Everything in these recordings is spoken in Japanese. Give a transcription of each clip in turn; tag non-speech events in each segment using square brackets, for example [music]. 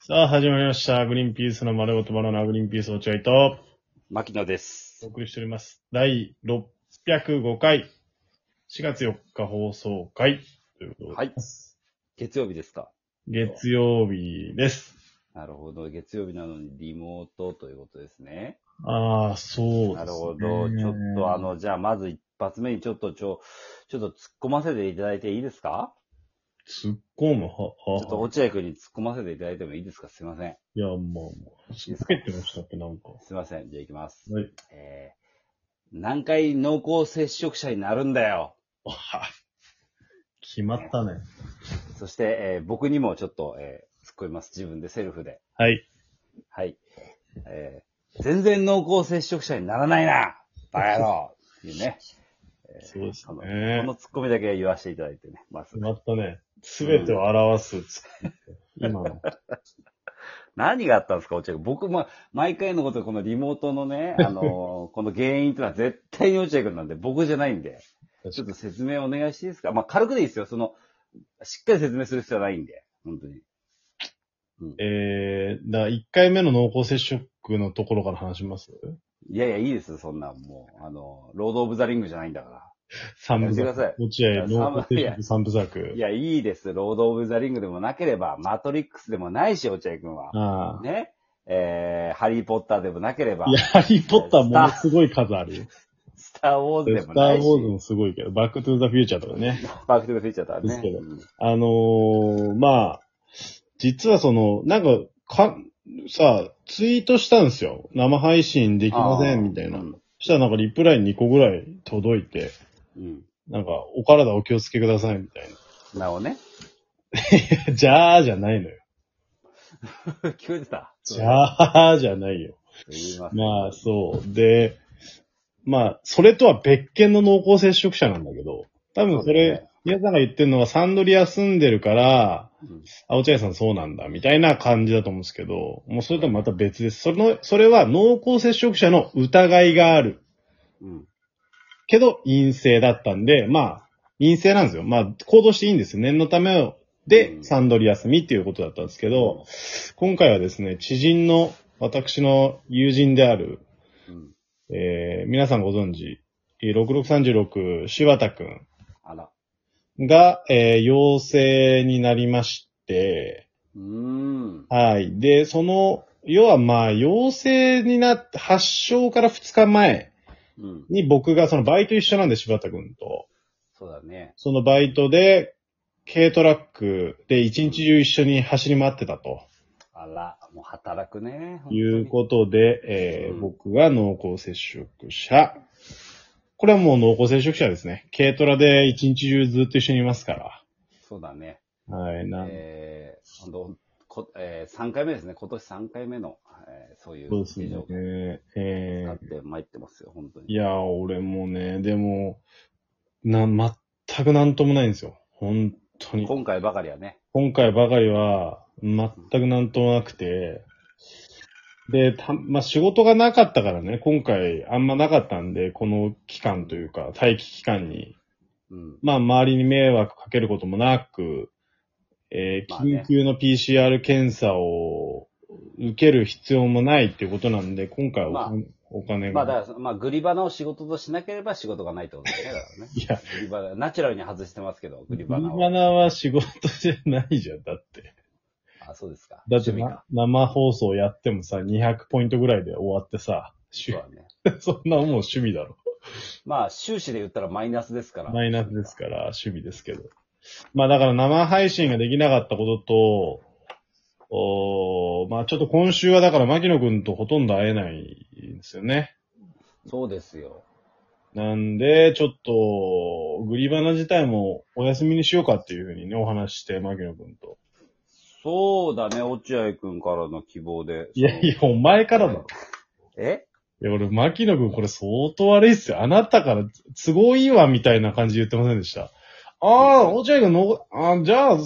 さあ、始まりました。グリーンピースの丸ごとバナナ、グリーンピース落合と、牧野でおす。送りしております。第605回、4月4日放送回、ということで、はい。月曜日ですか。月曜日です。なるほど。月曜日なのにリモートということですね。ああ、そうですね。なるほど。ちょっとあ、の、じゃあまず一発目にちょっとちょ、ちょっと突っ込ませていただいていいですか突っ込む、は、ちょっとは、落合君に突っ込ませていただいてもいいですかすいません。いや、まあ、まあ、すっげてましたっけ、なんか。すいません。じゃあ行きます。はい。えー、何回濃厚接触者になるんだよ。あは決まったね。そして、えー僕にもちょっと、えー突っ込みます。自分でセルフで。はい。はい。えー全然濃厚接触者にならないなバカ野郎っていうね。そうですこの、ねこ。のツッコミだけ言わせていただいてね。まず決、まったね。すべてを表す突っ込み、今 [laughs] の。何があったんですか、落合君。僕、ま、毎回のこと、このリモートのね、あのーこの原因ってのは絶対に落合君なんで、僕じゃないんで。ちょっと説明お願いしていいですかまあ、軽くでいいですよ。その、しっかり説明する必要はないんで、本当に。えー、だ1回目の濃厚接触のところから話しますいやいや、いいですよ、そんなん。もう、あの、ロード・オブ・ザ・リングじゃないんだから。三部やめてくださ作。落合濃厚接触三部作い。や、いいです。ロード・オブ・ザ・リングでもなければ、マトリックスでもないし、落合君は。ああ。ね。えー、ハリー・ポッターでもなければいや、、ハリーポッターものすごい数ある [laughs] よ。スター・ウォースズタでーもないし、ウォーズもすごいけど、バックトゥーザフューチャーとかね。パーフェクト・フィーチャーとはですね。けどうんあのー、まあ、実はその、なんか、か、さ、ツイートしたんですよ。生配信できません、みたいな。うそんしたらなんかリプライ2個ぐらい届いて、うん。なんか、お体お気をつけください、みたいなおね。 [laughs] な。 [laughs] じゃあじゃないのよ。聞こえてたじゃあじゃないよ。言います。まあ、そう。で、まあ、それとは別件の濃厚接触者なんだけど、多分そそうだれね、皆さんが言ってるのはサンドリア住んでるから、うんあ、落合さんそうなんだ、みたいな感じだと思うんですけど、もうそれとはまた別です。その、それは濃厚接触者の疑いがある。うん。けど、陰性だったんで、まあ、陰性なんですよ。まあ、行動していいんですよ。念のためをうで、んサンドリ休みっていうことだったんですけど、今回はですね、知人の、私の友人である、うん。えー皆さんご存知、えー6636柴田くんあら。が、えー陽性になりまして、うーん。はい。で、その、要はまあ、陽性になって、発症から2日前うん。に僕がそのバイト一緒なんで柴田くんと、そうだね。そのバイトで、軽トラックで一日中一緒に走り回ってたとあら。もう働くね。本当にいうことで、えーうん僕が濃厚接触者。これはもう濃厚接触者ですね。軽トラで一日中ずっと一緒にいますから。そうだね。はい、なんえー、あの、こえー、3回目ですね。今年3回目の、えー、そういうそうです事情がね。えあっーて参ってますよ、本当いに。や、俺もね、でも、な、全くなんともないんですよ。本当に。今回ばかりはね。今回ばかりは、全くなんともなくて、で、た、まあ、仕事がなかったからね、今回あんまなかったんで、この期間というか、待機期間に、うん。まあ、周りに迷惑かけることもなく、えーまあね緊急の PCR 検査を受ける必要もないっていうことなんで、今回はお,、まあお金が。まあだから、まあグリバナを仕事としなければ仕事がないってことだよね。だからね [laughs] いや、グリバナ、ナチュラルに外してますけど、グリリババナを。ナは仕事じゃないじゃん、だって。あ、そうですか。だって趣味なか。生放送やってもさ、200ポイントぐらいで終わってさ、そうしだね。 [laughs] そんなもう趣味だろ。まあ、収支で言ったらマイナスですから。マイナスですから、趣味ですけど。まあだから生配信ができなかったことと、おーまあちょっと今週はだから牧野くんとほとんど会えないんですよね。そうですよ。なんで、ちょっと、グリバナ自体もお休みにしようかっていうふうにね、お話しして、牧野くんと。そうだね、落合くんからの希望で。いやいや、お前からだろ。 [laughs] えいや、俺、牧野くんこれ相当悪いっすよ。あなたから都合いいわ、みたいな感じで言ってませんでした。ああ、落合くんの、あじゃあ、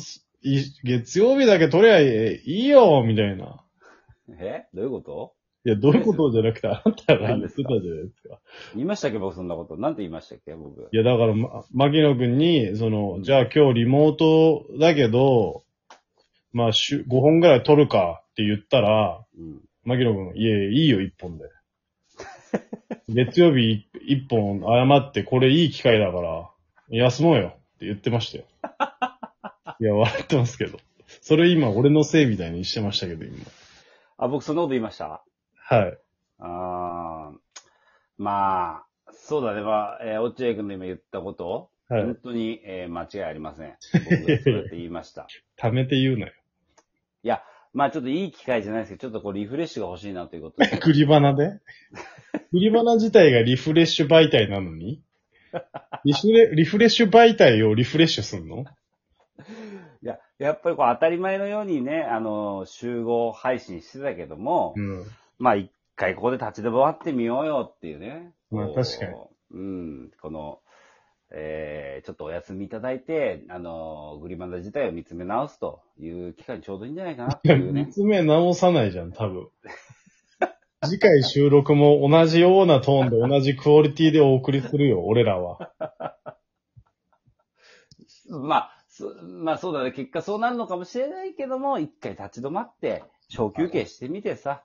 い月曜日だけ取りゃいいよ、みたいな。えどういうこといや、どういうことじゃなくて、あなたが何言でっすてかたじゃないですか。言いましたっけ僕そんなこと。なんて言いましたっけ僕。いや、だから、ま、牧野くんに、その、じゃあ今日リモートだけど、まあ、週5本ぐらい取るか、って言ったら、うん。マキロ君、いえ、いいよ、一本で。 [laughs] 月曜日一本謝って、これいい機会だから、休もうよって言ってま [laughs] したよ。いや、笑ってますけど。それ今、俺のせいみたいにしてましたけど、今。あ、僕そんなこと言いましたはい。あーまあ、そうだね。まあ、えー、落合君の今言ったこと、は本い。当に、えー間違いありません。僕がそうやって言いました。 [laughs] 貯めて言うなよ。まあ、ちょっといい機会じゃないですけど、ちょっとこうリフレッシュが欲しいなということ [laughs] で。栗花で栗花自体がリフレッシュ媒体なのにリフレリフレッシュ媒体をリフレッシュすんのいや、やっぱりこう当たり前のようにね、あの、集合配信してたけども、うん。まあ一回ここで立ち止まってみようよっていうね。まあこう確かに。うん、この、えー、ちょっとお休みいただいて、あの、グリマンダ自体を見つめ直すという機会にちょうどいいんじゃないかなっていう三 [laughs] ね。つ目直さないじゃん、多分。次回収録も同じようなトーンで同じクオリティでお送りするよ、俺らは。まあ、そまあそうだね。結果そうなるのかもしれないけども、一回立ち止まって、小休憩してみてさ、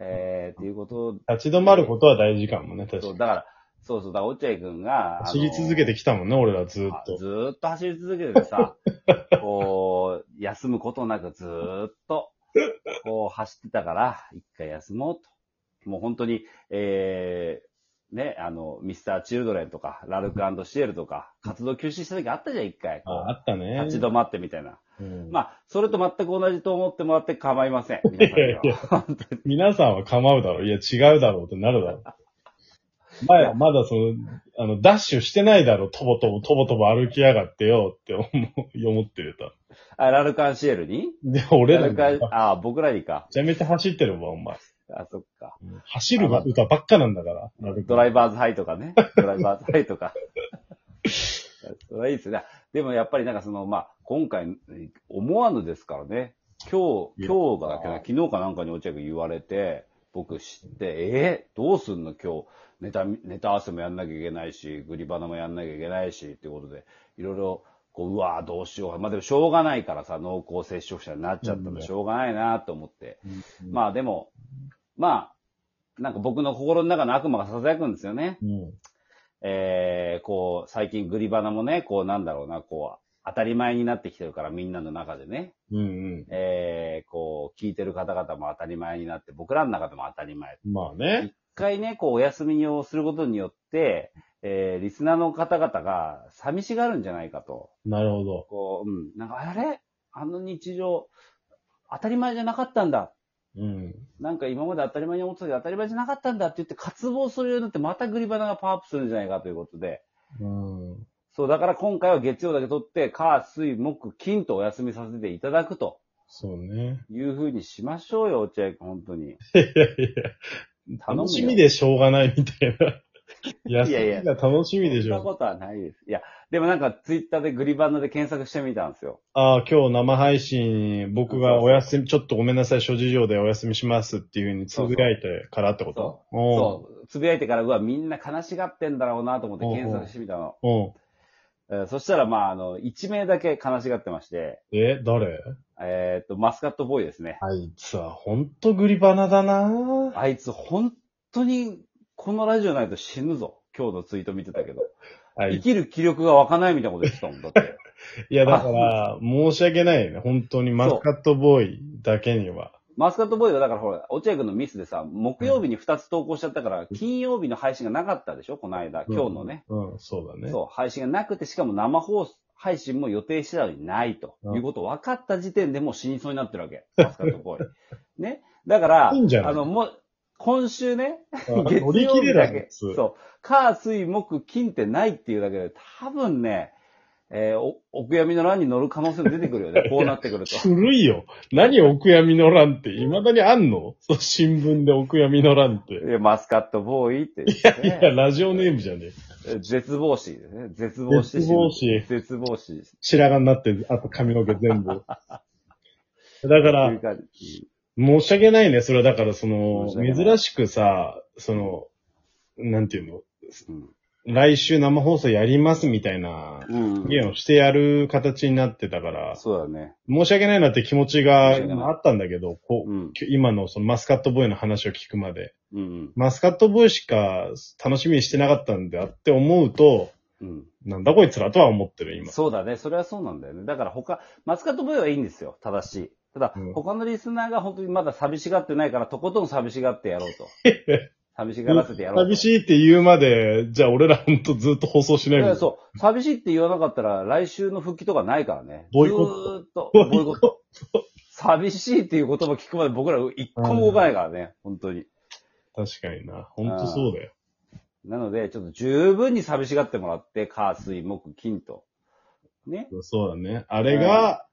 えー、っていうこと立ち止まることは大事かもね、確かと、に。だから、そうそう、だから落合くんが、走り続けてききたもんね、俺らずーっずと。ーっと走り続けてさ、 [laughs] こう、休むことなくずーっと、こう走ってたから、一回休もうと。もう本当に、えー、ね、あの、ミスター・チルドレンとか、ラルクシエルとか、活動休止した時あったじゃん、一回。あ、あったね。立ち止まってみたいな。うんまあ、それと全く同じと思ってもらって構いません。皆さんにはいやい皆さんは構うだろう。いや、違うだろうってなるだろう。前はまだその、あの、ダッシュしてないだろう、とぼとぼ、とぼとぼ歩きやがってよって思う、 [laughs] 思ってると。あラルクシエルにで、俺ラらルめカンちあ、僕らにか。ゃめちゃ走ってるわ、お前。あ、そっか。走る歌ばっかなんだから。ドライバーズハイとかね。ドライバーズハイとか。 [laughs] それはいいですね。でもやっぱりなんかその、まあ、今回、思わぬですからね。今い日、や今日がだけど、昨日かなんかに落合君言われて、僕知って、えーどうすんの今日、ネタ、ネタ合わせもやんなきゃいけないし、グリバナもやんなきゃいけないし、っていうことで、いろいろ、こう、うわーどうしよう。まあでもしょうがないからさ、濃厚接触者になっちゃったうんのしょうがないなと思って。うんまあでも、まあ、なんか僕の心の中の悪魔が囁くんですよね。うん。えー、こう、最近グリバナもね、こうなんだろうな、こう、当たり前になってきてるからみんなの中でね、うんえー、こう、聞いてる方々も当たり前になって、僕らの中でも当たり前。うん。まあね。一回ね、こう、お休みをすることによって、えー、リスナーの方々が寂しがるんじゃないかと。なるほど。こう、うん、なんか、あれあの日常、当たり前じゃなかったんだうん。なんか今まで当たり前に思ってたけど当たり前じゃなかったんだって言って渇望するようになってまたグリバナがパワーアップするんじゃないかということで。うん。そう、だから今回は月曜だけ取って、火、水、木、金とお休みさせていただくとそうね。いうふうにしましょうよ、落合君、本当に。いやいやいや。頼むよ楽しみでしょうがないみたい [laughs] な。い休やいやみが楽しみでしそんなょ。ことはないです。いや、でもなんかツイッターでグリバナで検索してみたんですよ。ああ、今日生配信、僕がお休み、ちょっとごめんなさい、諸事情でお休みしますっていうふうにつぶやいてからってことそそう、つぶやいてから、うわ、みんな悲しがってんだろうなと思って検索してみたの。う。うん。えーそしたら、まあ、あの、1名だけ悲しがってまして、え、誰えーっと、マスカットボーイですね。あいつはほんとグリバナだなあいつ本当にこのラジオないと死ぬぞ。今日のツイート見てたけど。あ生いきる気力が湧かないみたいなこと言ってたもん。だって。 [laughs] いや、だから、申し訳ないよね。本当にマスカットボーイだけには。マスカットボーイはだからほら、落合君のミスでさ、木曜日に2つ投稿しちゃったから、金曜日の配信がなかったでしょこの間、今日のね。うん。うん、そうだね。そう、配信がなくて、しかも生放送、配信も予定してたのにないとうんいうことを分かった時点でもう死にそうになってるわけ。マスカットボー [laughs] イ。ね。だから、いいんじゃないあの、もう、今週ね、うん月乗り曜切日れだだけけ。。そう。火、水、木、金ってないっていうだけで、多分ね、えーお、お悔やみの欄に乗る可能性も出てくる [laughs] よね。こうなってくると。古いよ。何お悔やみの欄って、未だにあんのそう新聞でお悔やみの欄って。いやマスカットボーイって、ねいや、ラジオネームじゃねえ。絶望死ですね。絶望して死ぬ絶望死絶望死。って白髪になって、あと髪の毛全部。 [laughs] だからい、う感じ。申し訳ないね。それはだから、その申し、訳な珍いしくさ、その、なんていうの、うん来週生放送やりますみたいな、うん。ゲームをしてやる形になってたから、そうだね。申し訳ないなって気持ちがあ申し訳ないったんだけど、こううん。今のそのマスカットボーイの話を聞くまで、うん。マスカットボーイしか楽しみにしてなかったんだって思うと、うん。なんだこいつらとは思ってる、今。そうだね。それはそうなんだよね。だから他、マスカットボーイはいいんですよ。正しい。ただ、うん他のリスナーが本当にまだ寂しがってないから、とことん寂しがってやろう [laughs] と。寂しがらせてやろう寂と。しいって言うまで、じゃあ俺らほんとずっと放送しないいもやん。そう。寂しいって言わなかったら、来週の復帰とかないからね。ボイコットずーっと。ボイコットボイコット寂しいっていう言葉聞くまで僕ら一個も動かないからね。本当に。確かにな。ほんとそうだよ。なので、ちょっと十分に寂しがってもらって、火、水、木、金と。ね。そうだね。あれが、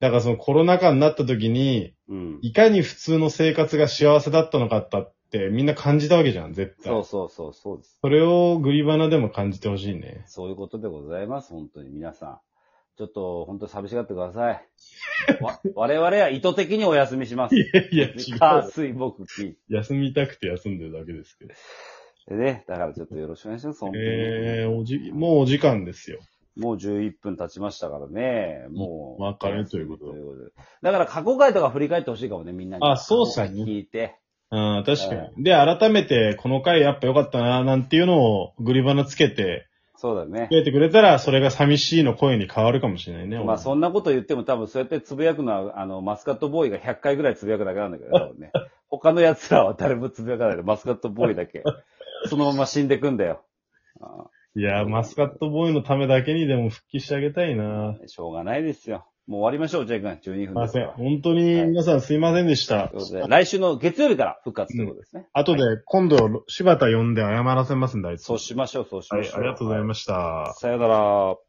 だからそのコロナ禍になった時に、うん。いかに普通の生活が幸せだったのかったってみんな感じたわけじゃん、絶対。そうそうそう、そうです。それをグリバナでも感じてほしい [laughs] ね。そういうことでございます、本当に皆さん。ちょっと、本当に寂しがってください。わ [laughs] 我々は意図的にお休みします。いや、違火、う。水、木、金。 [laughs] 休みたくて休んでるだけですけど。でね、だからちょっとよろしくお願いします、本当に。えー、おじ、もうお時間ですよ。もう11分経ちましたからね。もう。お別れということということで。だから過去回とか振り返ってほしいかもね、みんなに。あそうっすね聞いて。ああ、確かに。で、改めて、この回やっぱ良かったな、なんていうのをグリバナつけて、そうだねつ。けてくれたら、それが寂しいの声に変わるかもしれないね。まあそんなこと言っても多分そうやってつぶやくのは、あの、マスカットボーイが100回ぐらいつぶやくだけな [laughs] んだけど、多分ね。他の奴らは誰もつぶやかないで、マスカットボー [laughs] イだけ。そのまま死んでくんだよ。あいやー、マスカットボーイのためだけにでも復帰してあげたいな。あしょうがないですよ。もう終わりましょう、ジェイ君。12すい分まですせかん。ら。本当に皆さんすいませんでしたという。ことで、来週の月曜日から復活ということですね。後で、今度、柴田呼んで謝らせますんで、あいつ。そうしましょう、そうしはまいし、ょあう。りがとうございました。さよなら。